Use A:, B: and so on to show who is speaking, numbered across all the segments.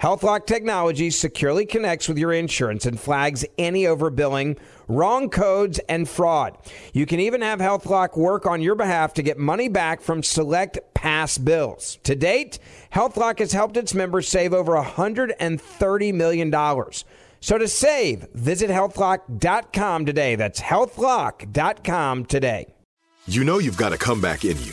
A: HealthLock technology securely connects with your insurance and flags any overbilling, wrong codes, and fraud. You can even have HealthLock work on your behalf to get money back from select past bills. To date, HealthLock has helped its members save over $130 million. So to save, visit healthlock.com today. That's healthlock.com today.
B: You know you've got a comeback in you.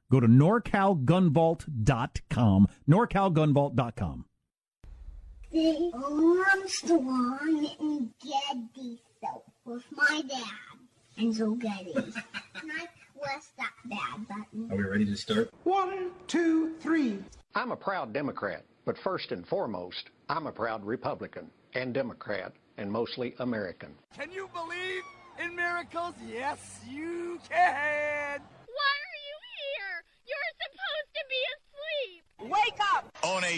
C: Go to norcalgunvault.com, norcalgunvault.com.
D: They arms to line and get the soap with my dad and so get it. Can I press that bad button?
E: Are we ready to start?
F: One, two, three.
G: I'm a proud Democrat, but first and foremost, I'm a proud Republican and Democrat and mostly American.
H: Can you believe in miracles? Yes, you can.
I: Why are you here? You're supposed to be asleep.
H: Wake up!
J: On a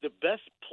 K: The best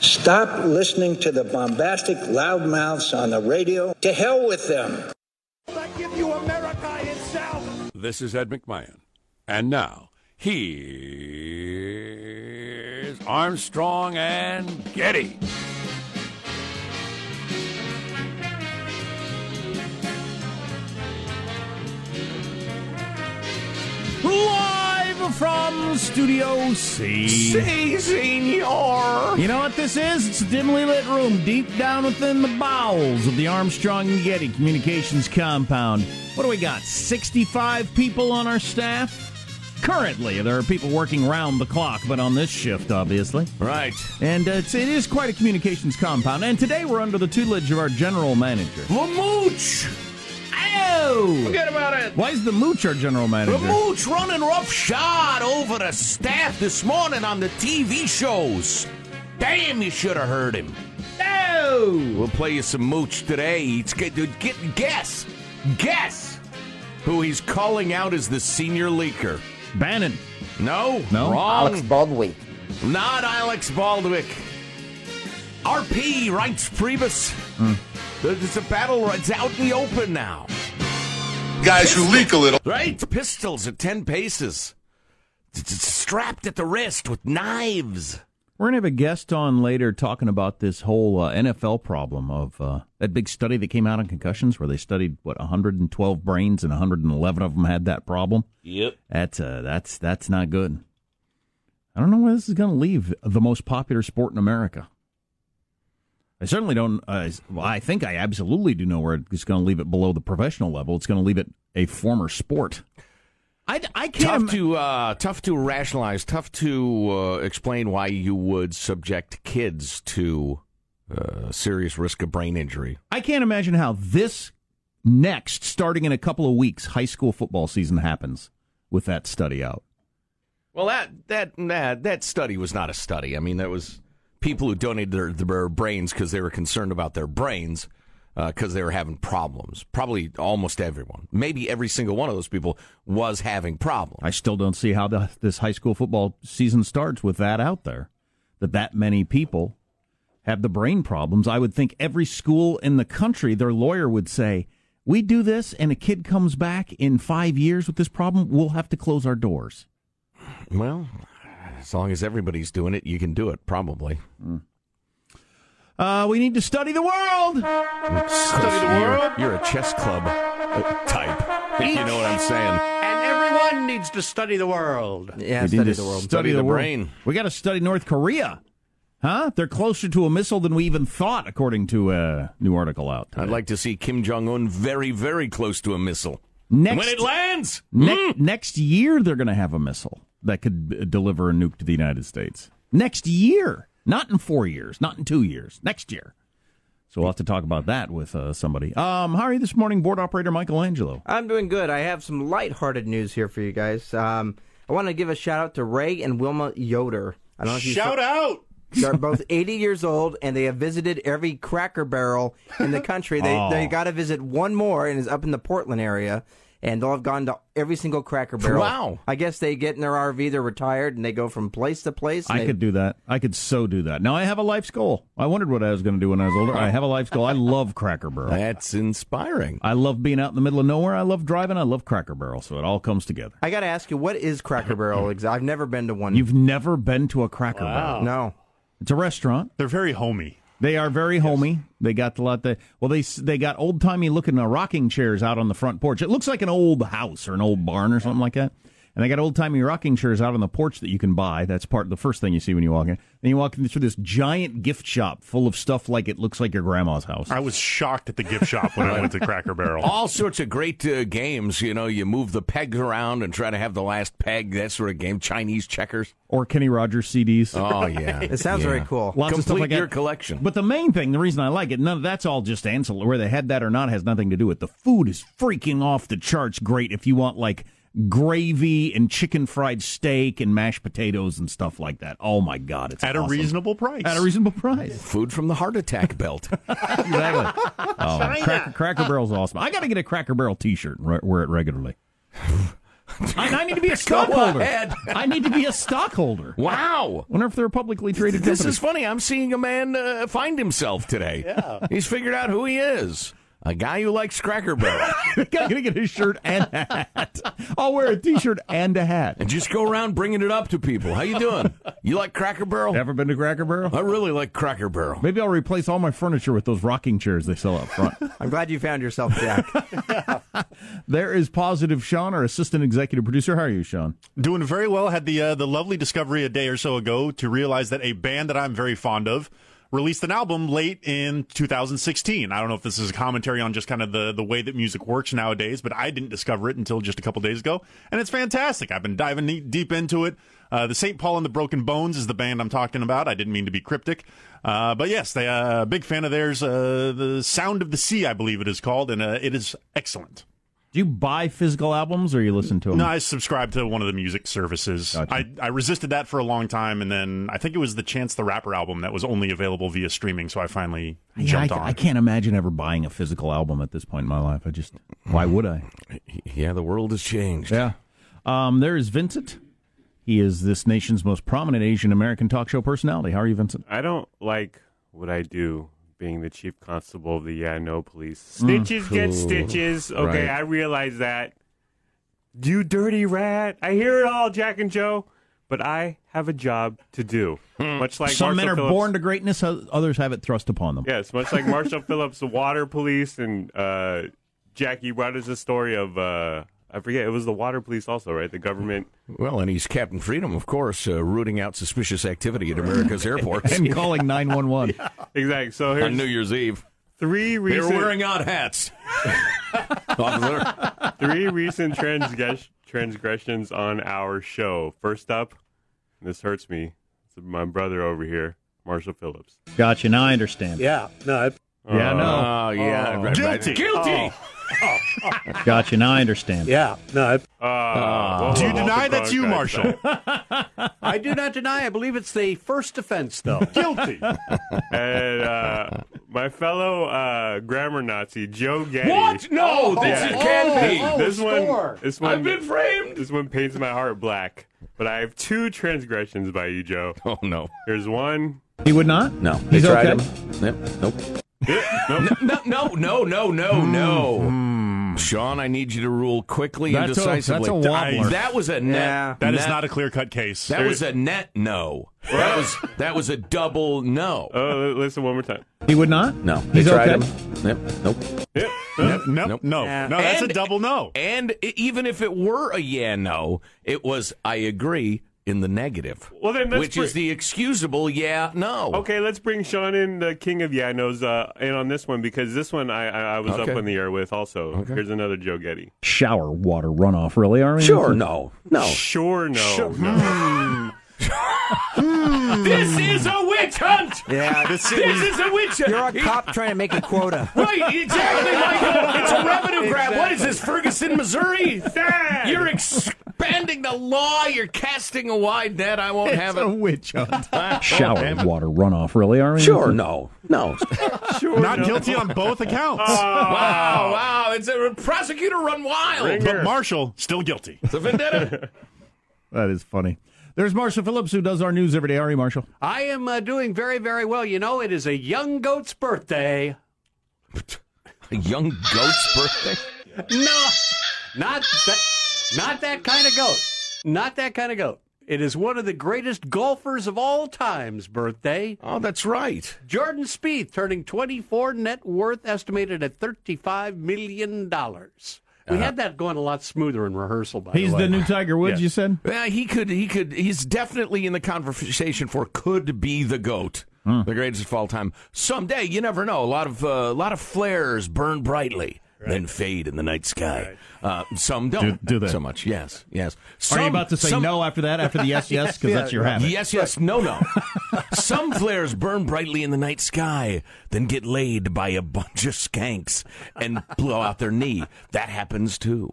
L: Stop listening to the bombastic loudmouths on the radio. To hell with them.
M: I give you
N: America itself.
O: This is Ed McMahon. And now, here's Armstrong and Getty.
C: Live from Studio C.
O: C, senor.
C: You know what this is? It's a dimly lit room deep down within the bowels of the Armstrong and Getty Communications compound. What do we got? 65 people on our staff? Currently, there are people working round the clock, but on this shift, obviously.
P: Right.
C: And uh, it's, it is quite a communications compound. And today we're under the tutelage of our general manager.
P: Lamooch!
C: Oh!
P: Forget about it.
C: Why is the Mooch our general manager?
P: Lamooch running roughshod over the staff this morning on the TV shows. Damn, you should have heard him.
C: No!
P: We'll play you some Mooch today. It's get, get, guess, guess who he's calling out as the senior leaker.
C: Bannon.
P: No,
C: No?
P: wrong.
E: Alex Baldwin.
P: Not Alex Baldwick. RP writes Priebus.
C: Hmm.
P: It's a battle. ri- It's out in the open now.
Q: Guys who leak a little.
P: Right? Pistols at 10 paces. T- t- Strapped at the wrist with knives.
C: We're going to have a guest on later talking about this whole uh, NFL problem of uh, that big study that came out on concussions where they studied, what, 112 brains and 111 of them had that problem.
P: Yep.
C: That's, uh, that's, that's not good. I don't know where this is going to leave the most popular sport in America. I certainly don't. Uh, well, I think I absolutely do know where it's going to leave it below the professional level. It's going to leave it a former sport.
P: I, I can't tough to uh, tough to rationalize, tough to uh, explain why you would subject kids to uh, serious risk of brain injury.
C: I can't imagine how this next, starting in a couple of weeks, high school football season happens with that study out.
P: Well, that that that that study was not a study. I mean, that was people who donated their, their brains because they were concerned about their brains because they were having problems. Probably almost everyone, maybe every single one of those people was having problems.
C: I still don't see how the, this high school football season starts with that out there, that that many people have the brain problems. I would think every school in the country, their lawyer would say, "We do this, and a kid comes back in five years with this problem, we'll have to close our doors."
P: Well, as long as everybody's doing it, you can do it. Probably.
C: Uh, we need to study the world.
P: Study the world. You're, a chess club uh, type. If you know what I'm saying.
M: And everyone needs to study the world.
P: Yeah,
C: We
P: study
C: need to
P: the world.
C: Study, the,
P: the
C: world.
P: brain.
C: We got to study North Korea. Huh? They're closer to a missile than we even thought, according to a new article out.
P: I'd like to see Kim Jong Un very, very close to a missile.
C: Next-
P: when it lands, Hmm?
C: Ne- Next year, they're going to have a missile that could uh, deliver a nuke to the United States. Next year. Not in four years. Not in two years. Next year. So we'll have to talk about that with uh, somebody. Um, how are you this morning, board operator Michelangelo?
M: I'm doing good. I have some lighthearted news here for you guys. Um, I want to give a shout out to Ray and Wilma Yoder. I don't know if you
J: Shout out!
M: They're both 80 years old, and they have visited every Cracker Barrel in the country. They
C: Oh.
M: they got to visit one more, and is up in the Portland area. And they'll have gone to every single Cracker Barrel.
P: Wow.
M: I guess they get in their RV. They're retired, and they go from place to place. and
C: I
M: they-
C: could do that. I could so do that. Now I have a life's goal. I wondered what I was going to do when I was older. I have a life's goal. I love Cracker Barrel.
P: that's inspiring.
C: I love being out in the middle of nowhere. I love driving. I love Cracker Barrel. So it all comes together.
M: I got to ask you, what is Cracker Barrel? exa- I've never been to one.
C: You've never been to a Cracker Barrel.
M: no.
C: It's a restaurant.
R: They're very homey.
C: They are very homey. They got a lot. That, well, they s- they got old timey looking uh, rocking chairs out on the front porch. It looks like an old house or an old barn or something like that. And they got old timey rocking chairs out on the porch that you can buy. That's part the first thing you see when you walk in. Then you walk in through this giant gift shop full of stuff like it looks like your grandma's house.
R: I was shocked at the gift shop when I went to Cracker Barrel.
P: All sorts of great uh, games. You know, you move the pegs around and try to have the last peg. That sort of game. Chinese checkers.
C: Or Kenny Rogers CDs.
P: Oh yeah,
M: It sounds
P: yeah.
M: very cool.
C: Lots of stuff
P: Complete
C: like that.
P: your collection.
C: But the main thing, the reason I like it, none of that's all just ancillary. Whether they had that or not has nothing to do with it. The food is freaking off the charts great if you want like gravy and chicken fried steak and mashed potatoes and stuff like that. Oh my god, it's
R: At a
C: awesome.
R: reasonable price.
C: at a reasonable price.
P: Food from the heart attack belt.
C: exactly. Oh, Cracker, Cracker Barrel's awesome. I got to get a Cracker Barrel T-shirt and re- wear it regularly. I, I need to be a stockholder.
P: ahead.
C: I need to be a stockholder.
P: wow.
C: Wonder if they're a publicly traded
P: This
C: company.
P: is funny. I'm seeing a man uh, find himself today. Yeah. He's figured out who he is. A guy who likes Cracker Barrel. I'm
C: gonna get a shirt and a hat. I'll wear a T-shirt and a hat,
P: and just go around bringing it up to people. How you doing? You like Cracker Barrel?
C: Ever been to Cracker Barrel?
P: I really like Cracker Barrel.
C: Maybe I'll replace all my furniture with those rocking chairs they sell up front.
M: I'm glad you found yourself, Jack.
C: there is positive Sean, our assistant executive producer. How are you, Sean?
R: Doing very well. Had the uh, the lovely discovery a day or so ago to realize that a band that I'm very fond of released an album late in 2016. I don't know if this is a commentary on just kind of the, the way that music works nowadays, but I didn't discover it until just a couple days ago. And it's fantastic. I've been diving ne- deep into it. Uh, the St. Paul and the Broken Bones is the band I'm talking about. I didn't mean to be cryptic. Uh, but yes, they uh, big fan of theirs. Uh, the Sound of the Sea, I believe it is called, and uh, it is excellent.
C: Do you buy physical albums or you listen to them?
R: No, I subscribe to one of the music services.
C: Gotcha.
R: I, I resisted that for a long time, and then I think it was the Chance the Rapper album that was only available via streaming, so I finally
C: Yeah,
R: jumped
C: I,
R: on.
C: I can't imagine ever buying a physical album at this point in my life. I just, why would I?
P: Mm-hmm. Yeah, the world has changed.
C: Yeah. Um, there is Vincent. He is this nation's most prominent Asian American talk show personality. How are you, Vincent?
S: I don't like what I do being the chief constable of the Yeah No Police.
C: Mm.
S: Snitches get
C: Ooh.
S: stitches. Okay,
C: Right.
S: I realize that. You dirty rat. I hear it all, Jack and Joe, but I have a job to do. Much like
C: Hmm. Some
S: Marshall
C: men are
S: Phillips.
C: born to greatness, o- others have it thrust upon them.
S: Yes, much like Marshall Phillips, the water police, and uh, Jack, you brought us a story of, uh, I forget, it was the water police also, right? The government.
P: Well, and he's Captain Freedom, of course, uh, rooting out suspicious activity at America's airports
C: and calling 911.
S: Exactly. So here's
P: on New Year's Eve.
S: three
P: They're
S: recent.
P: wearing out hats. Officer.
S: three recent transgress- transgressions on our show. First up, and this hurts me. It's my brother over here, Marshall Phillips.
C: Gotcha. Now I understand.
S: Yeah, no.
C: Yeah, no.
S: Oh, yeah, right, right.
R: Guilty. oh.
S: Guilty.
C: Gotcha. Now I understand.
S: Yeah,
C: Uh,
S: no.
R: Do you deny that's you, Marshall?
E: I do not deny. I believe it's the first offense, though.
R: Guilty.
S: and uh, my fellow uh, grammar Nazi, Joe Getty.
E: What? No, this
S: Yeah.
E: you can't Oh, be.
S: This
E: oh,
S: one,
E: score.
S: this one,
E: I've been framed.
S: This one paints my heart black. But I have two transgressions by you, Joe.
P: Oh no!
S: Here's one.
C: He would not? No.
S: They
C: He's
S: tried
C: okay.
P: Nope. no, no, no, no, no, no. Sean, I need you to rule quickly and
R: That's a- that's
P: decisively.
R: a wobbler.
P: I- that was a net.
R: Yeah. That is not a
S: clear-cut case.
P: That was a net no. That was that was a double no.
S: Oh, listen one more time.
C: He would not?
P: No.
C: He's They tried okay.
P: Nope. Nope. Nope. Nope.
R: No. No, that's a double no.
P: And i- even if it were a yeah no, it was I agree in the negative.
S: Well, then let's
P: which is
S: bring-
P: the excusable yeah no.
S: Okay, let's bring Sean in, the king of Yanos, uh, in on this one because this one I I, I was
C: Okay.
S: up in the air with also. Here's another Joe Getty.
C: Shower water runoff, really? Are we?
P: Mm-hmm.
S: Sure, no.
E: No.
S: Sure, no.
E: Sure.
S: no.
P: This is a witch hunt.
E: Yeah,
P: Hmm. this is a witch hunt.
M: You're a cop trying to make a quota.
P: Right, exactly, Michael. It's a revenue grab. What is this, Ferguson, Missouri?
S: Dad!
P: You're expanding the law. You're casting a wide net. I won't have it.
C: witch hunt.
P: I won't
C: Shower
P: have it.
C: water runoff, really? Are we?
P: Sure, no. No.
R: Not guilty on both accounts.
P: wow, wow. It's a prosecutor run wild.
R: But Marshall, still guilty.
P: It's a vendetta.
C: That is funny. There's Marshall Phillips who does our news every day. Are you, Marshall?
E: I am uh, doing very, very well. You know, it is a young goat's birthday.
P: a young goat's birthday?
E: No, not that, not that kind of goat. Not that kind of goat. It is one of the greatest golfers of all time's birthday.
P: Oh, that's right.
E: Jordan Spieth turning 24, net worth estimated at $35 million. We
P: Uh-huh.
E: had that going a lot smoother in rehearsal, by
C: He's
E: the way.
C: the new Tiger Woods, you said?
P: Yeah, he could. He could. He's definitely in the conversation for could be the goat,
C: Hmm.
P: the greatest of all time. Someday, you never know. A lot of uh, a lot of flares burn brightly, then fade in the night sky. Uh, some don't
C: Do- do they?
P: so much. Yes, yes.
C: Are you about to say no after that, after the yes, yes? Because that's your habit.
P: Yes, yes, no, no. Some flares burn brightly in the night sky, then get laid by a bunch of skanks and blow out their knee. That happens too.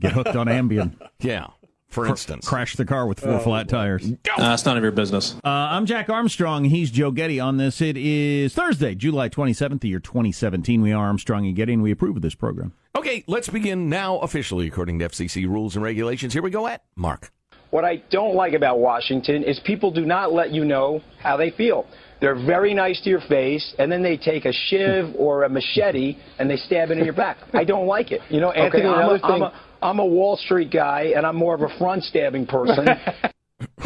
C: Get hooked on Ambien. Oh.
P: Yeah, for instance.
C: Crash the car with four flat tires.
F: That's none of your business.
C: Uh, I'm Jack Armstrong. He's Joe Getty on this. It is Thursday, July 27th, the year 2017. We are Armstrong and Getty, and we approve of this program.
P: Okay, let's begin now officially according to FCC rules and regulations. Here we go at Mark.
G: What I don't like about Washington is people do not let you know how they feel.
F: They're very nice to your face, and then they take a shiv or a machete and they stab it in your back. I don't like it. You know,
G: Okay,
F: Anthony, I'm,
G: another
F: a, I'm,
G: thing-
F: a, I'm a Wall Street guy, and I'm more of a front stabbing person.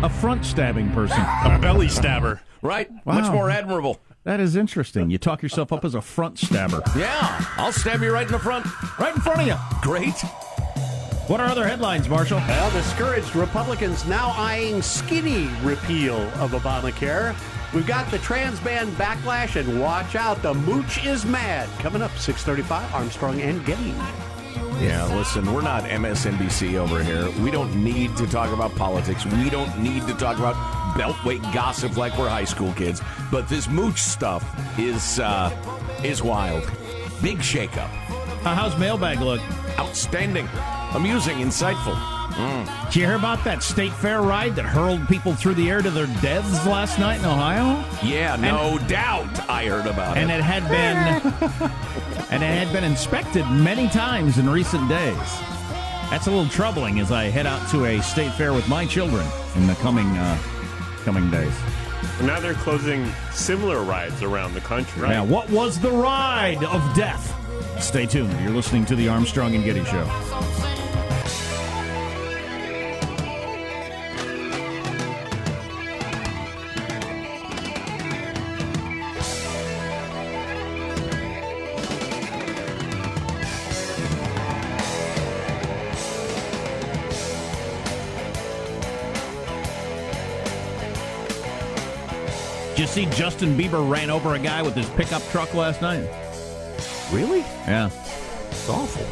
C: A front stabbing person.
R: a belly stabber.
P: Right.
C: Wow.
P: Much more admirable.
C: That is interesting. You talk yourself up as a front stabber.
P: Yeah. I'll stab you right in the front.
C: Right in front of you.
P: Great.
C: What are other headlines, Marshall?
E: Well, discouraged Republicans now eyeing skinny repeal of Obamacare. We've got the trans ban backlash, and watch out, the mooch is mad. Coming up, 635, Armstrong and Getty.
P: Yeah, listen, we're not MSNBC over here. We don't need to talk about politics. We don't need to talk about beltway gossip like we're high school kids. But this mooch stuff is uh, is wild. Big shakeup.
C: Uh, how's mailbag look?
P: Outstanding, amusing, insightful. Mm.
C: Did you hear about that state fair ride that hurled people through the air to their deaths last night in Ohio?
P: Yeah, no doubt. I heard about
C: And
P: it.
C: it had been and it had been inspected many times in recent days. That's a little troubling as I head out to a state fair with my children in the coming uh, coming days.
S: And now they're closing similar rides around the country.
C: Now, what was the ride of death? Stay tuned. You're listening to the Armstrong and Getty Show. Did you see Justin Bieber ran over a guy with his pickup truck last night?
P: Really?
C: Yeah. It's
P: awful.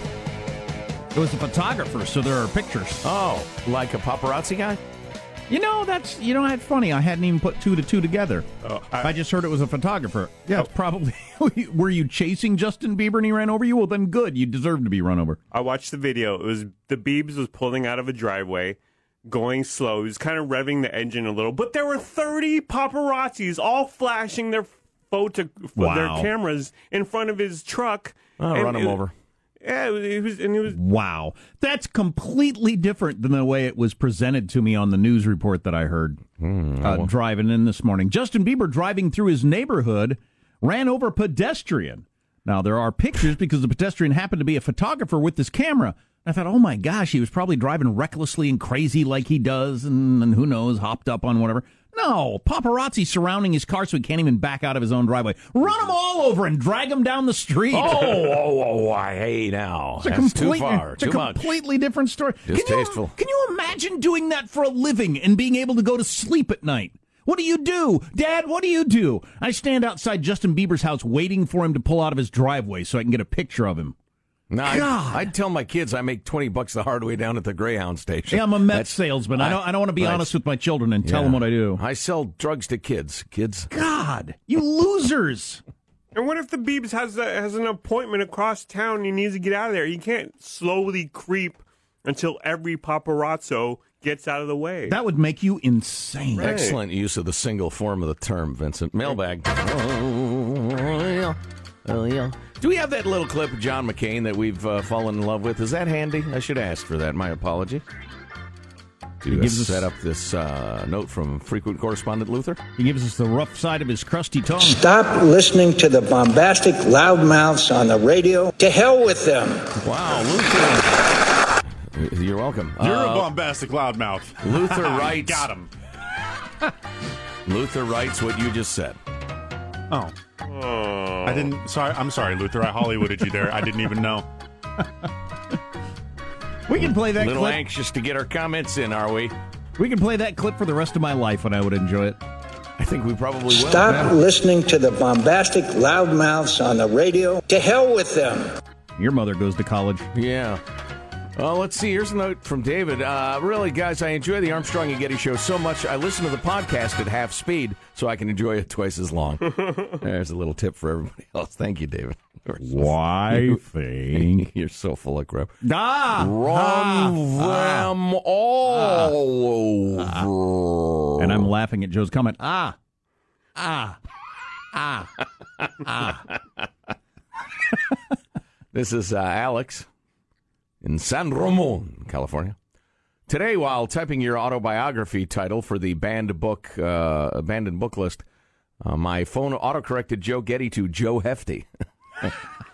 C: It was a photographer, so there are pictures.
P: Oh, like a paparazzi guy?
C: You know, that's you know, that's funny. I hadn't even put two to two together.
P: Oh,
C: I, just heard it was a photographer. Yeah, it's probably. were you chasing Justin Bieber and he ran over you? Well, then good. You deserve to be run over.
S: I watched the video. It was the Biebs was pulling out of a driveway, going slow. He was kind of revving the engine a little, but there were thirty paparazzis all flashing their photo,
C: Wow.
S: their cameras in front of his truck.
C: Oh,
S: And
C: run 'em
S: it- Eh,
C: over.
S: Yeah, it was, it was, and it was
C: Wow, that's completely different than the way it was presented to me on the news report that I heard uh, driving in this morning. Justin Bieber driving through his neighborhood ran over a pedestrian. Now there are pictures because the pedestrian happened to be a photographer with his camera. I thought, oh my gosh, he was probably driving recklessly and crazy like he does, and, and who knows, hopped up on whatever. No, paparazzi surrounding his car so he can't even back out of his own driveway. Run him all over and drag him down the street.
P: Oh, oh, oh, I hey now.
C: It's a
P: Oh, That's
C: complete-
P: too far.
C: it's a
P: too much.
C: completely different story.
P: Distasteful.
C: Can you imagine doing that for a living and being able to go to sleep at night? What do you do? Dad, what do you do? I stand outside Justin Bieber's house waiting for him to pull out of his driveway so I can get a picture of him.
P: No,
C: God.
P: I, I'd tell my kids I make twenty bucks the hard way down at the Greyhound station.
C: Yeah, I'm a meth
P: That's-
C: salesman. I, don't I don't want to be
P: right.
C: honest with my children and tell
P: Yeah.
C: them what I do.
P: I sell drugs to kids. Kids.
C: God, you losers.
S: And what if the Beebs has a, has an appointment across town? He needs to get out of there. You can't slowly creep until every paparazzo gets out of the way.
C: That would make you insane.
S: Right.
P: Excellent use of the single form of the term, Vincent. Mailbag.
C: Oh.
P: Oh, Do we have that little clip of John McCain that we've uh, fallen in love with? Is that handy? I should ask for that. My apology.
C: He
P: To uh,
C: gives us-
P: set up this uh, note from frequent correspondent Luther.
C: He gives us the rough side of his crusty tongue.
L: Stop listening to the bombastic loudmouths on the radio. To hell with them.
P: Wow, Luther. You're welcome.
R: You're
P: Uh,
R: a bombastic loudmouth.
P: Luther writes-
R: Got him.
P: Luther writes what you just said.
R: Oh. I didn't. Sorry. I'm sorry, Luther. I Hollywooded you there. I didn't even know.
C: We can play that
P: little
C: clip.
P: anxious to get our comments in, are we?
C: We can play that clip for the rest of my life and I would enjoy it.
P: I think we probably will.
L: Stop listening to the bombastic loudmouths on the radio. To hell with them.
C: Your mother goes to college.
P: Yeah. Well, let's see. Here's a note from David. Uh, really, guys, I enjoy the Armstrong and Getty show so much. I listen to the podcast at half speed so I can enjoy it twice as long. There's a little tip for everybody else. Thank you, David.
C: Why think
P: you're so full of crap?
C: Ah,
P: Run them all over.
C: And I'm laughing at Joe's comment. Ah, ah, ah, ah.
P: This is uh, Alex in San Ramon, California. Today, while typing your autobiography title for the banned book, uh, abandoned book list, uh, my phone autocorrected Joe Getty to Joe Hefty.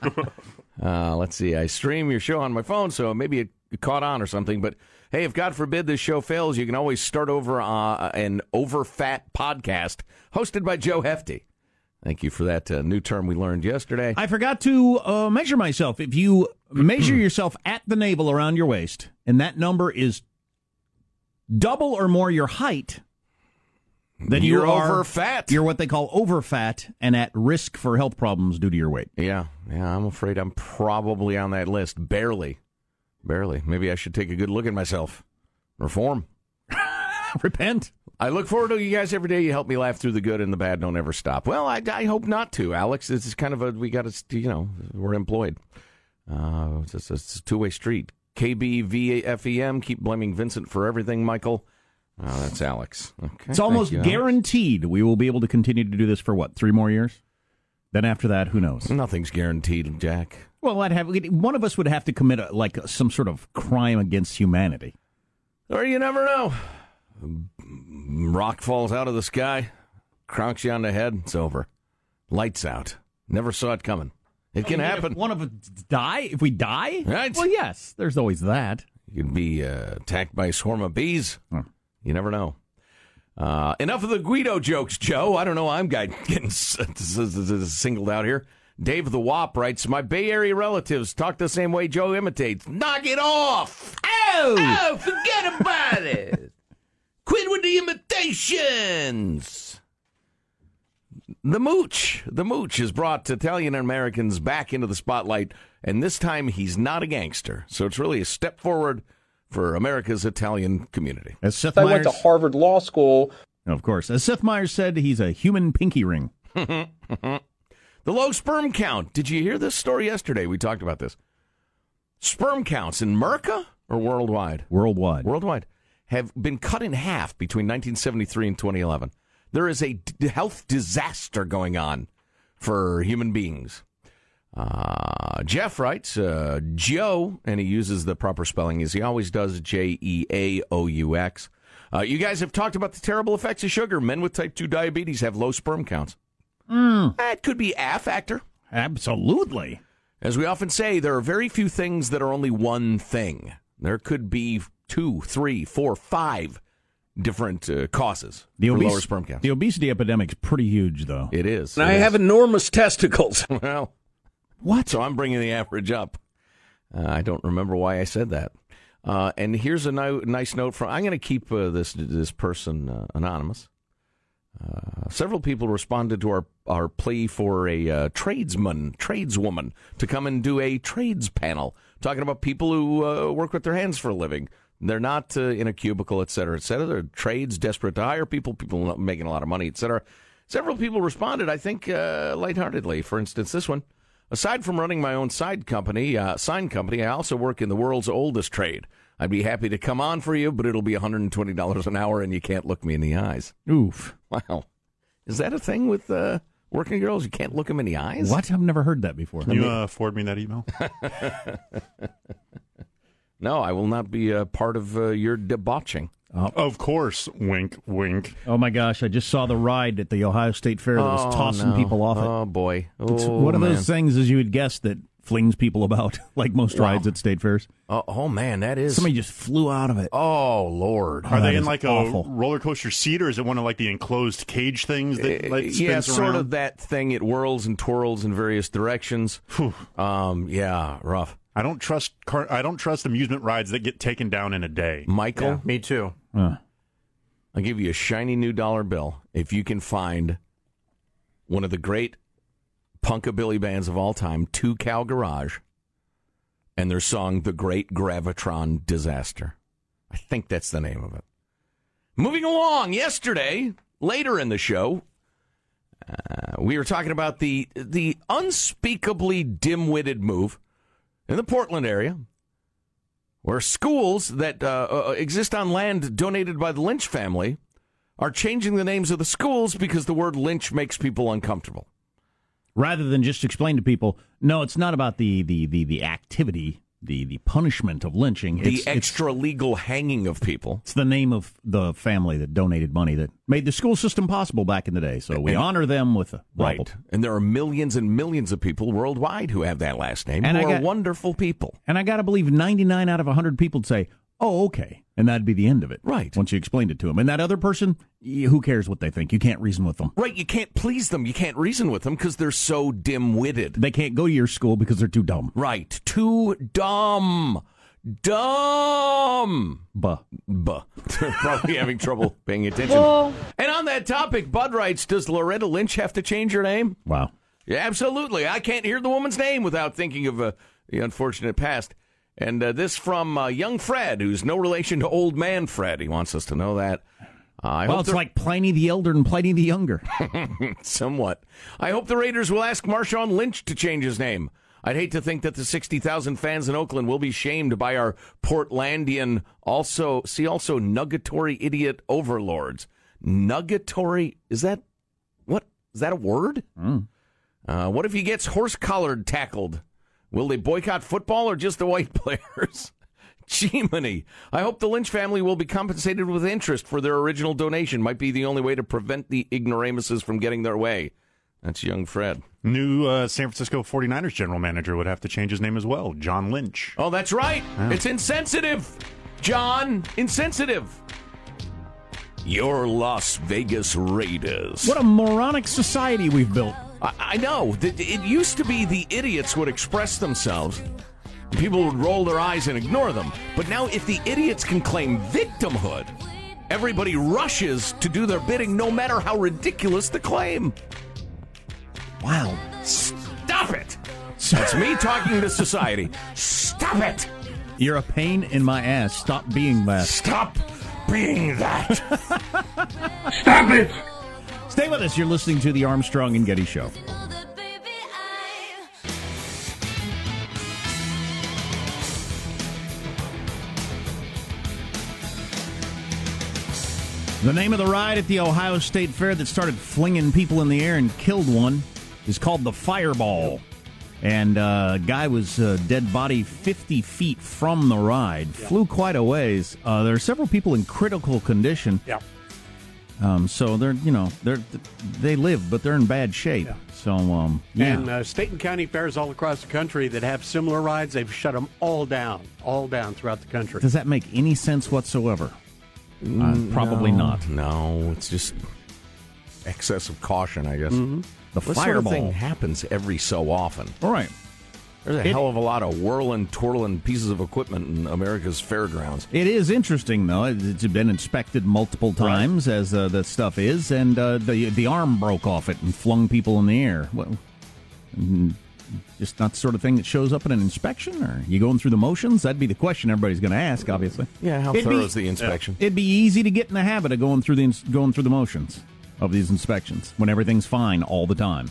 P: uh, let's see. I stream your show on my phone, so maybe it caught on or something. But hey, if God forbid this show fails, you can always start over uh, an overfat podcast hosted by Joe Hefty. Thank you for that uh, new term we learned yesterday.
C: I forgot to uh, measure myself. If you measure yourself at the navel around your waist, and that number is double or more your height, then you
P: You're
C: are
P: overfat.
C: You're what they call overfat and at risk for health problems due to your weight.
P: Yeah, yeah. I'm afraid I'm probably on that list. Barely, barely. Maybe I should take a good look at myself. Reform.
C: Repent.
P: I look forward to you guys every day. You help me laugh through the good and the bad. Don't ever stop. Well, I, I hope not to, Alex. This is kind of a we got to you know we're employed. Uh, it's, it's- it's a two way street. KBVFEM. E Keep blaming Vincent for everything, Michael. Uh, that's Alex. Okay,
C: It's
P: thank
C: almost
P: you, Alex.
C: guaranteed we will be able to continue to do this for what, three more years? Then after that, who knows?
P: Nothing's guaranteed, Jack.
C: Well, I'd have one of us would have to commit a, like some sort of crime against humanity.
P: Or you never know. Rock falls out of the sky, cronks you on the head, it's over. Lights out. Never saw it coming. It can
C: I mean, if
P: happen.
C: one of us die if we die.
P: Right?
C: Well, yes, there's always that.
P: You could be uh, attacked by a swarm of bees. You never know. Uh, enough of the Guido jokes, Joe. I don't know. why I'm guy- getting s- s- s- s- singled out here. Dave the Wop writes, "My Bay Area relatives talk the same way Joe imitates. Knock it off! Oh, oh forget about it. Quit with the imitations." The Mooch. The Mooch has brought Italian Americans back into the spotlight, and this time he's not a gangster. So it's really a step forward for America's Italian community.
C: As Seth
P: I
C: Meyers,
P: went to
C: Harvard Law School. Of course, as Seth Meyers said, he's a human pinky ring.
P: the low sperm count. Did you hear this story yesterday? We talked about this. Sperm counts in Merca or worldwide?
C: Worldwide.
P: Worldwide have been cut in half between 1973 and 2011. There is a d- health disaster going on for human beings. Uh, Jeff writes, uh, Joe, and he uses the proper spelling as he always does, J E A O U X. Uh, you guys have talked about the terrible effects of sugar. Men with type 2 diabetes have low sperm counts. That could be a factor.
C: Hmm. Absolutely.
P: As we often say, there are very few things that are only one thing. There could be two, three, four, five different uh, causes
C: The
P: for
C: obese,
P: lower sperm count.
C: The obesity epidemic's pretty huge, though.
P: It is.
C: I have
P: enormous testicles. Well, what? So I'm bringing the average up. Uh, I don't remember why I said that. Uh, and here's a ni- nice note from. I'm going to keep uh, this this person uh, anonymous. Uh, several people responded to our, our plea for a uh, tradesman, tradeswoman to come and do a trades panel, talking about people who uh, work with their hands for a living. They're not uh, in a cubicle, et cetera, et cetera. They're trades, desperate to hire people, people not making a lot of money, et cetera. Several people responded, I think, uh, lightheartedly. For instance, this one. Aside from running my own side company, uh, sign company, I also work in the world's oldest trade. I'd be happy to come on for you, but it'll be $120 an hour and you can't look me in the eyes.
C: Oof.
P: Wow. Is that a thing with uh, working girls? You can't look them in the eyes?
C: What? I've never heard that before.
P: Can you, uh,
R: forward me that email?
P: No, I will not be a part of uh, your debauching.
R: Of course. Wink, wink.
C: Oh my gosh! I just saw the ride at the Ohio State Fair that was
P: Oh,
C: tossing
P: no.
C: people off it.
P: Oh, boy!
C: It's
P: Oh,
C: one of
P: man.
C: those things, as you would guess, that flings people about, like most rides at state fairs.
P: Oh, oh man, that is
C: somebody just flew out of it.
P: Oh lord!
C: Oh,
R: Are
C: that
R: they in
C: is
R: like
C: awful.
R: a roller coaster seat, or is it one of like the enclosed cage things that like, spins
P: Eh, yeah, sort
R: around?
P: of that thing. It whirls and twirls in various directions. Um, yeah, rough.
R: I don't trust car. I don't trust amusement rides that get taken down in a day.
P: Michael,
R: Yeah,
P: me too.
C: Huh.
P: I'll give you a shiny new dollar bill if you can find one of the great punkabilly bands of all time, Two Cow Garage, and their song "The Great Gravitron Disaster." I think that's the name of it. Moving along, yesterday, later in the show, uh, we were talking about the the unspeakably dim-witted move in the Portland area, where schools that uh, uh, exist on land donated by the Lynch family are changing the names of the schools because the word Lynch makes people uncomfortable.
C: Rather than just explain to people, no, it's not about the the the, the activity. the the punishment of lynching.
P: The extra legal hanging of people.
C: It's the name of the family that donated money that made the school system possible back in the day. So we
P: And-
C: honor them with a
P: Right.
C: bauble.
P: And there are millions and millions of people worldwide who have that last name
C: And
P: who
C: I
P: are
C: got-
P: wonderful people.
C: And I got to believe 99 out of 100 people would say, oh, okay. And that'd be the end of it.
P: Right.
C: Once you explained it to them. And that other person, y- who cares what they think? You can't reason with them.
P: Right, you can't please them. You can't reason with them because they're so dim-witted.
C: They can't go to your school because they're too dumb.
P: Right, too dumb. Dumb.
C: Buh.
P: Buh. They're probably having trouble paying attention.
G: Bull.
P: And on that topic, Bud writes, does Loretta Lynch have to change her name?
C: Wow.
P: Yeah, absolutely. I can't hear the woman's name without thinking of uh, the unfortunate past. And uh, this from uh, young Fred, who's no relation to old man Fred. He wants us to know that. Uh, I
C: well,
P: hope
C: it's
P: they're-
C: like Pliny the Elder and Pliny the Younger.
P: Somewhat. I hope the Raiders will ask Marshawn Lynch to change his name. I'd hate to think that the 60,000 fans in Oakland will be shamed by our Portlandian, also, see also, nuggetory idiot overlords. Nuggetory, is that, what, is that a word?
R: Hmm.
P: Uh, what if he gets horse collared tackled? Will they boycott football or just the white players? Gee, I hope the Lynch family will be compensated with interest for their original donation. Might be the only way to prevent the ignoramuses from getting their way. That's young Fred.
R: New uh, San Francisco 49ers general manager would have to change his name as well, John Lynch.
P: Oh, that's right.
R: Yeah.
P: It's insensitive. John, insensitive. Your Las Vegas Raiders.
C: what a moronic society we've built.
P: I, I know. Th- It used to be the idiots would express themselves. People would roll their eyes and ignore them. But now, if the idiots can claim victimhood, everybody rushes to do their bidding, no matter how ridiculous the claim.
C: Wow.
P: Stop it! That's me talking to society. Stop it!
C: You're a pain in my ass. Stop being that.
P: Stop being that.
C: Stop it. Stay with us. You're listening to the Armstrong and Getty Show. The name of the ride at the Ohio State Fair that started flinging people in the air and killed one is called the Fireball. And uh, guy was uh, dead body 50 feet from the ride, flew quite a ways. Uh, there are several people in critical condition.
E: Yeah.
C: Um, so they're you know they're they live, but they're in bad shape. So um, yeah.
E: And uh, state and county fairs all across the country that have similar rides, they've shut them all down, all down throughout the country.
C: Does that make any sense whatsoever? Uh, probably
P: No.
C: not.
P: No, it's just excess of caution, I guess.
C: The
P: Mm-hmm. this
C: fireball.
P: sort of thing happens every so often.
C: All right.
P: There's a
C: It-
P: hell of a lot of whirling, twirling pieces of equipment in America's fairgrounds.
C: It is interesting though. It- It's been inspected multiple times as uh, the stuff is, and uh, the the arm broke off it and flung people in the air. Well, mm, just not the sort of thing that shows up in an inspection. Or you going through the motions? That'd be the question everybody's going to ask. Obviously.
P: Yeah, how
C: It'd
P: thorough
C: be-
P: is the inspection?
C: It'd be easy to get in the habit of going through the ins- going through the motions of these inspections when everything's fine all the time.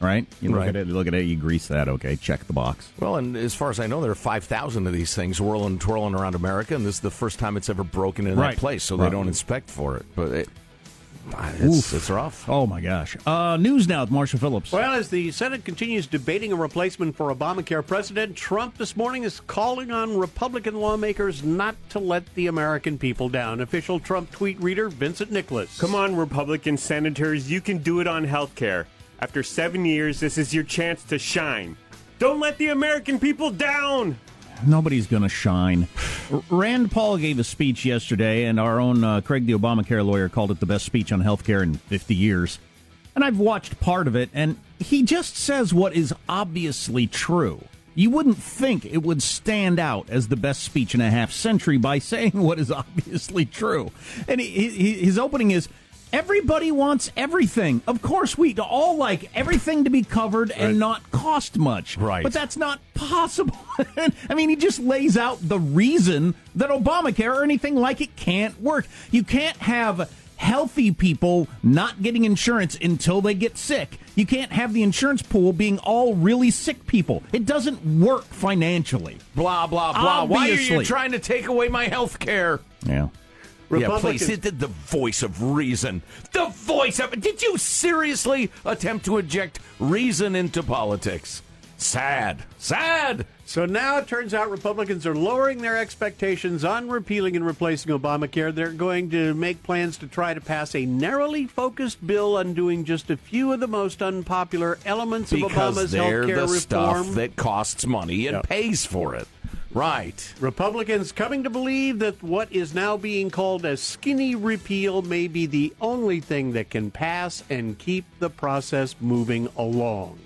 C: Right? You look
P: Right.
C: at it, look at it, you grease that, okay, check the box.
P: Well, and as far as I know, there are 5,000 of these things whirling, twirling around America, and this is the first time it's ever broken in
C: Right.
P: that place, so
C: Right.
P: they don't inspect for it. But it, ah, it's,
C: Oof.
P: it's rough.
C: Oh my gosh. Uh, news now with Marsha Phillips.
E: Well, as the Senate continues debating a replacement for Obamacare, President Trump this morning is calling on Republican lawmakers not to let the American people down. Official Trump tweet reader Vincent Nicholas.
S: Come on, Republican senators, you can do it on healthcare. After seven years, this is your chance to shine. Don't let the American people down.
C: Nobody's going to shine. R- Rand Paul gave a speech yesterday, and our own uh, Craig, the Obamacare lawyer, called it the best speech on healthcare in 50 years. And I've watched part of it, and he just says what is obviously true. You wouldn't think it would stand out as the best speech in a half century by saying what is obviously true. And he, he, his opening is everybody wants everything. Of course, we all like everything to be covered and not cost much. Right. But that's not possible. I mean, he just lays out the reason that Obamacare or anything like it can't work. You can't have healthy people not getting insurance until they get sick. You can't have the insurance pool being all really sick people. It doesn't work financially.
P: Blah, blah, blah. Why are
C: Obviously.
P: you trying to take away my health care?
C: Yeah.
P: Yeah, please. It did the voice of reason. The voice of. Did you seriously attempt to inject reason into politics? Sad. Sad.
E: So now it turns out Republicans are lowering their expectations on repealing and replacing Obamacare. They're going to make plans to try to pass a narrowly focused bill undoing just a few of the most unpopular elements
P: because
E: of Obama's
P: they're
E: health care
P: the
E: reform.
P: stuff that costs money and pays for it. Right.
E: Republicans coming to believe that what is now being called a skinny repeal may be the only thing that can pass and keep the process moving along.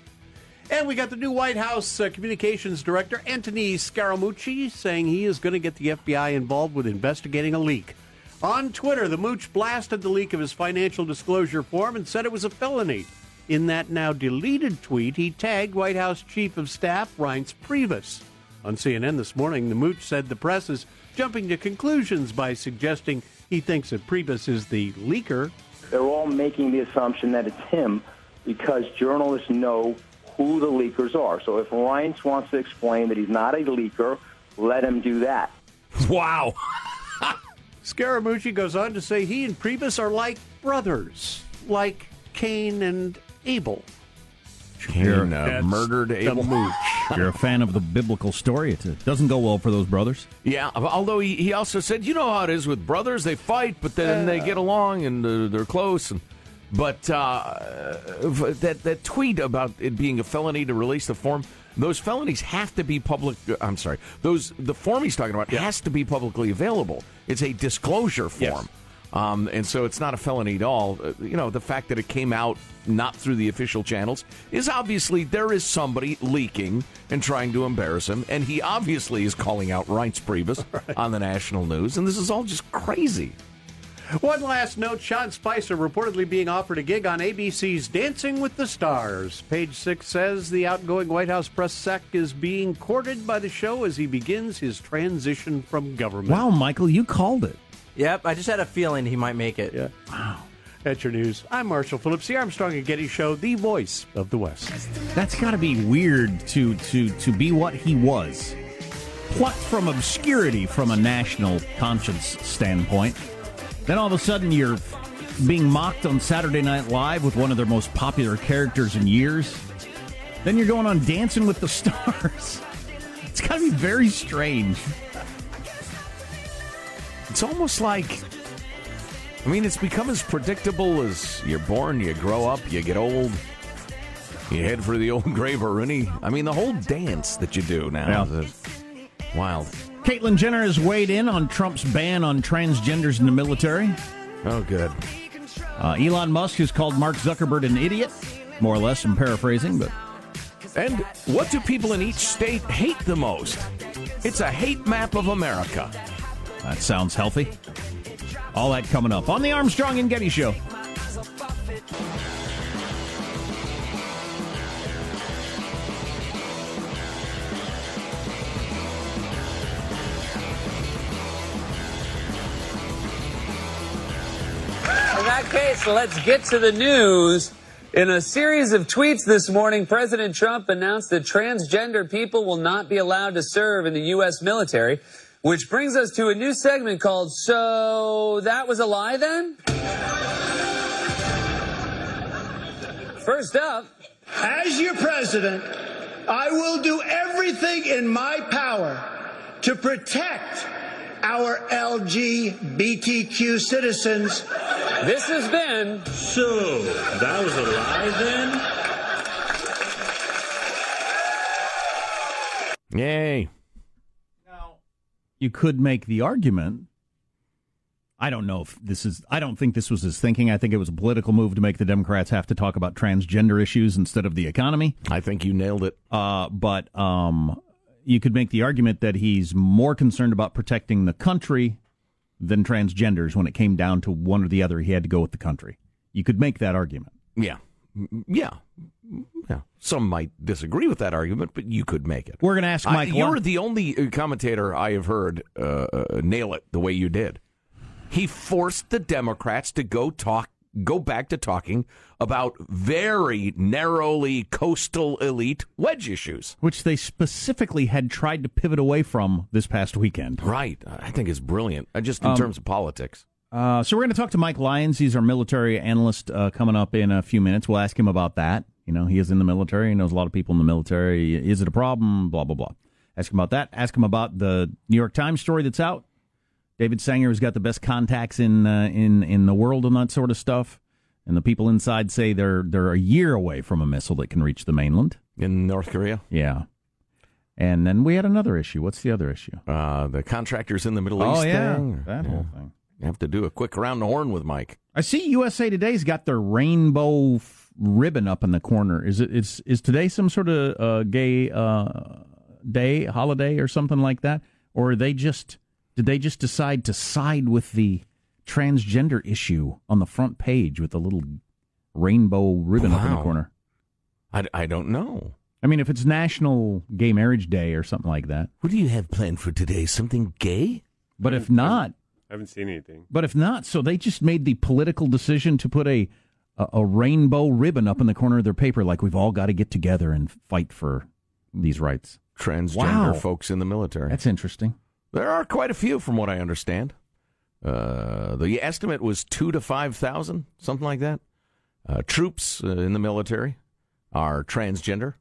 E: And we got the new White House uh, communications director, Anthony Scaramucci, saying he is going to get the FBI involved with investigating a leak. On Twitter, the Mooch blasted the leak of his financial disclosure form and said it was a felony. In that now deleted tweet, he tagged White House Chief of Staff Reince Priebus. On CNN this morning, the Mooch said the press is jumping to conclusions by suggesting he thinks that Priebus is the leaker
F: They're all making the assumption that it's him because journalists know who the leakers are. So if Reince wants to explain that he's not a leaker, let him do that.
P: Wow.
E: Scaramucci goes on to say he and Priebus are like brothers, like Cain and Abel.
P: Cain uh,
C: That's
P: murdered
C: the
P: Abel.
C: mooch. You're a fan of the biblical story. It doesn't go well for those brothers.
P: Yeah, although he, he also said, you know how it is with brothers, they fight, but then they get along and they're, they're close. And, but uh, that, that tweet about it being a felony to release the form, those felonies have to be public. uh, I'm sorry, those the form he's talking about has to be publicly available. It's a disclosure form. Um, and so it's not a felony at all. Uh, You know, the fact that it came out not through the official channels is obviously there is somebody leaking and trying to embarrass him. And he obviously is calling out Reince Priebus on the national news. And this is all just crazy.
E: One last note Sean Spicer reportedly being offered a gig on ABC's Dancing with the Stars. Page six says the outgoing White House press sec is being courted by the show as he begins his transition from government.
C: Wow, Michael, you called it.
E: Yep, I just had a feeling he might make it. Yeah. Wow. That's your news. I'm Marshall Phillips, the Armstrong and Getty Show, the voice of the West.
C: That's got to be weird to to to be what he was, plucked from obscurity from a national conscience standpoint. Then all of a sudden you're being mocked on Saturday Night Live with one of their most popular characters in years. Then you're going on Dancing with the Stars. It's got to be very strange.
P: It's almost like, I mean, it's become as predictable as you're born, you grow up, you get old, you head for the old grave or any. I mean, the whole dance that you do now is uh, wild.
C: Caitlyn Jenner has weighed in on Trump's ban on transgenders in the military.
P: Oh, good.
C: Uh, Elon Musk has called Mark Zuckerberg an idiot, more or less. I'm paraphrasing, but
P: And what do people in each state hate the most? It's a hate map of America.
C: that sounds healthy. All that coming up on the Armstrong and Getty Show.
G: In that case, let's get to the news. In a series of tweets this morning, President Trump announced that transgender people will not be allowed to serve in the U.S. military, which brings us to a new segment called So That Was a Lie Then? First up,
H: As your president, I will do everything in my power to protect our LGBTQ citizens.
G: This has been.
H: So, that was a lie then?
P: Yay.
C: You could make the argument. I don't know if this is, I don't think this was his thinking. I think it was a political move to make the Democrats have to talk about transgender issues instead of the economy.
P: I think you nailed it.
C: Uh, but um, you could make the argument that he's more concerned about protecting the country than transgenders when it came down to one or the other. He had to go with the country. You could make that argument.
P: Yeah. Yeah. Yeah. Some might disagree with that argument, but you could make it.
C: We're going to ask
P: I-
C: Mike.
P: you're
C: Lon-
P: the only uh, commentator I have heard uh, uh, nail it the way you did. He forced the Democrats to go talk, go back to talking about very narrowly coastal elite wedge issues.
C: which they specifically had tried to pivot away from this past weekend.
P: Right. I think it's brilliant, uh, just in
C: Um,
P: terms of politics.
C: Uh, so we're going to talk to Mike Lyons. He's our military analyst uh, coming up in a few minutes. We'll ask him about that. You know, he is in the military. He knows a lot of people in the military. Is it a problem? Blah, blah, blah. Ask him about that. Ask him about the New York Times story that's out. David Sanger has got the best contacts in uh, in in the world and that sort of stuff. And the people inside say they're they're a year away from a missile that can reach the mainland
P: in North Korea.
C: Yeah. And then we had another issue. What's the other issue?
P: Uh, the contractors in the Middle
C: Oh,
P: East
C: yeah.
P: thing.
C: That whole thing.
P: You have to do a quick round the horn with Mike.
C: I see USA Today's got their rainbow f- ribbon up in the corner. Is it is is today some sort of uh, gay uh, day holiday or something like that, or are they just did they just decide to side with the transgender issue on the front page with a little rainbow ribbon up in the
P: Wow.
C: corner?
P: I, I don't know.
C: I mean, if it's National Gay Marriage Day or something like that,
P: what do you have planned for today? Something gay?
C: But if not,
S: I haven't seen anything.
C: But if not, so they just made the political decision to put a a, a rainbow ribbon up in the corner of their paper, like we've all got to get together and fight for these rights.
P: Transgender
C: Wow.
P: folks in the military.
C: That's interesting.
P: There are quite a few, from what I understand. Uh, the estimate was two to five thousand, something like that. Uh, troops uh, in the military are transgender.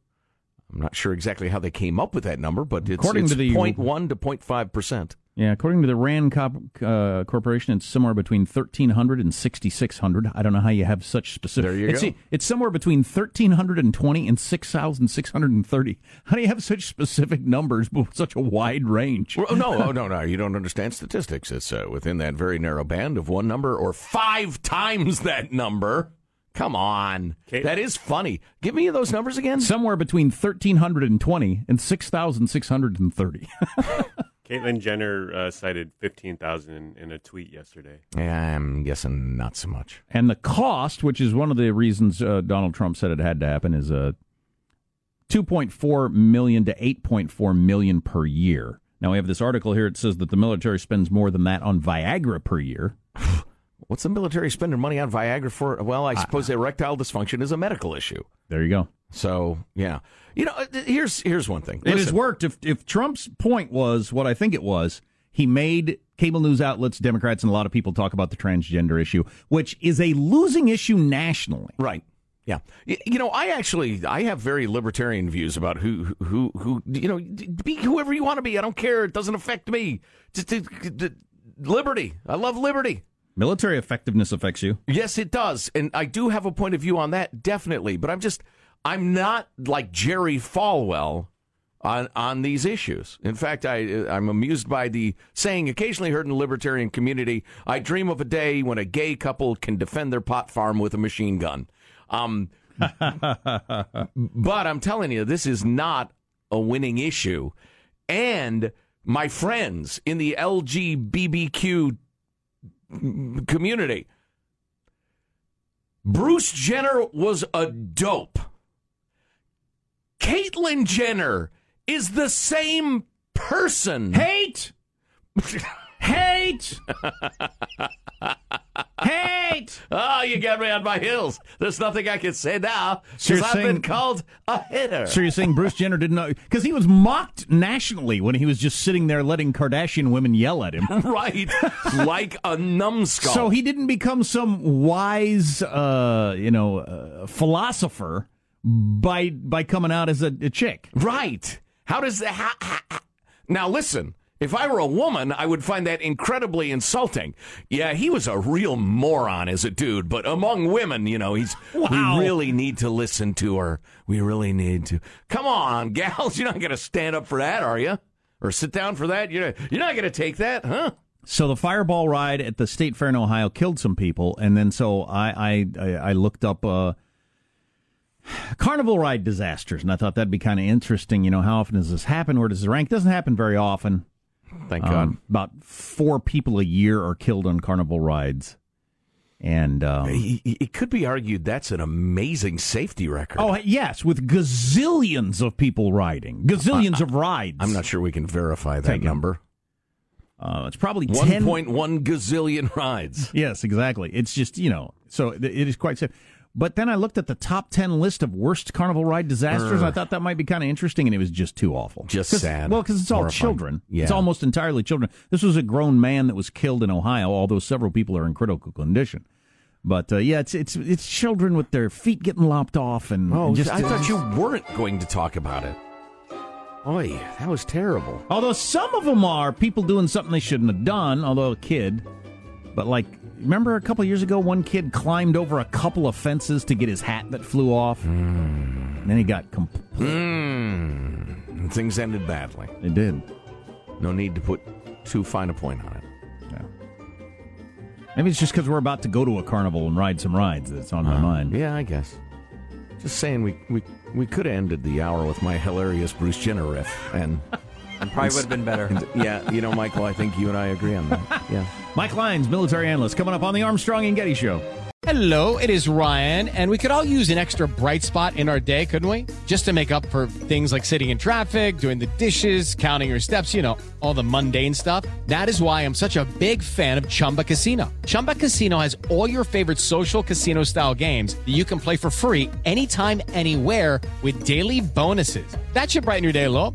P: I'm not sure exactly how they came up with that number, but it's,
C: According
P: it's
C: to the-
P: 0.1 to 0.5 percent.
C: Yeah, according to the Rand Cop, uh, Corporation, it's somewhere between 1,300 and 6,600. I don't know how you have such specific.
P: There you
C: it's,
P: go.
C: It's somewhere between 1,320 and 6,630. How do you have such specific numbers with such a wide range?
P: Well, no, oh, no, no. You don't understand statistics. It's uh, within that very narrow band of one number or five times that number. Come on. That is funny. Give me those numbers again.
C: Somewhere between 1,320 and 6,630.
S: Caitlyn Jenner uh, cited 15,000 in, in a tweet yesterday.
P: I'm guessing not so much.
C: And the cost, which is one of the reasons uh, Donald Trump said it had to happen, is uh, 2.4 million to 8.4 million per year. Now we have this article here. It says that the military spends more than that on Viagra per year.
P: What's the military spending money on Viagra for? Well, I suppose erectile dysfunction is a medical issue.
C: There you go.
P: So yeah, you know, uh, here's here's one thing.
C: It has
P: Listen,
C: worked. If if Trump's point was what I think it was, he made cable news outlets, Democrats, and a lot of people talk about the transgender issue, which is a losing issue nationally.
P: Right. Yeah, Y- you know, I actually I have very libertarian views about who who who you know d- be whoever you want to be. I don't care. It doesn't affect me. Just, uh, d- liberty. I love liberty.
C: Military effectiveness affects you.
P: Yes, it does. And I do have a point of view on that, definitely. But I'm just, I'm not like Jerry Falwell on, on these issues. In fact, I, I'm amused by the saying occasionally heard in the libertarian community I dream of a day when a gay couple can defend their pot farm with a machine gun. Um, but I'm telling you, this is not a winning issue. And my friends in the LGBTQ community, Bruce Jenner was a dope. Caitlyn Jenner is the same person.
C: Hate! Hate! Hate!
P: Oh, you got me on my heels. There's nothing I can say now
C: So
P: because
C: you're
P: I've
C: saying-
P: been called a hitter.
C: So you're saying Bruce Jenner didn't know because he was mocked nationally when he was just sitting there letting Kardashian women yell at him.
P: right, like a numbskull.
C: So he didn't become some wise, uh, you know, uh, philosopher by by coming out as a, a chick.
P: Right. How does that? How, how, how- Now listen. If I were a woman, I would find that incredibly insulting. Yeah, he was a real moron as a dude, but among women, you know, he's
C: Wow.
P: we really need to listen to her. We really need to. Come on, gals, you're not going to stand up for that, are you? Or sit down for that? You're you're not going to take that, huh?
C: So the fireball ride at the state fair in Ohio killed some people, and then so I I I, I looked up. Uh, Carnival ride disasters, and I thought that'd be kind of interesting. You know, how often does this happen? Where does it rank? Doesn't happen very often.
P: Thank
C: Um, about four people a year are killed on carnival rides, and um,
P: It- It could be argued that's an amazing safety record.
C: oh yes, with gazillions of people riding, gazillions of rides.
P: I'm not sure we can verify that
C: Take it.
P: number.
C: Uh, it's probably 10
P: 1.1 gazillion rides.
C: Yes, exactly. It's just you know, so th- it is quite safe. But then I looked at the top ten list of worst carnival ride disasters. and I
P: Urgh.
C: thought that might be kind of interesting, and it was just too awful.
P: Just
C: 'Cause-
P: sad.
C: Well, because it's all
P: Horrifying.
C: children. It's
P: Yeah.
C: almost entirely children. This was a grown man that was killed in Ohio, although several people are in critical condition. But uh, yeah, it's it's it's children with their feet getting lopped off and
P: Oh,
C: Mm, and just
P: I thought you weren't going to talk about it. Oy, that was terrible.
C: Although some of them are people doing something they shouldn't have done, although a kid. But like, remember a couple years ago, one kid climbed over a couple of fences to get his hat that flew off, and then he got completely.
P: Mm. Things ended badly.
C: It did.
P: No need to put too fine a point on it.
C: Maybe it's just because we're about to go to a carnival and ride some rides that's on my mind.
P: Uh-huh. Yeah, I guess. Just saying, we we we could have ended the hour with my hilarious Bruce Jenner riff, and
M: probably would've been better.
P: And, yeah, you know, Michael, I think you and I agree on that. Yeah.
C: Mike Lyons, military analyst, coming up on the Armstrong and Getty Show.
O: Hello, it is Ryan, and we could all use an extra bright spot in our day, couldn't we? Just to make up for things like sitting in traffic, doing the dishes, counting your steps, you know, all the mundane stuff. That is why I'm such a big fan of Chumba Casino. Chumba Casino has all your favorite social casino style games that you can play for free anytime, anywhere with daily bonuses. That should brighten your day a little.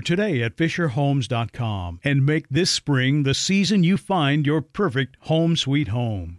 T: today at FisherHomes.com and make this spring the season you find your perfect home sweet home.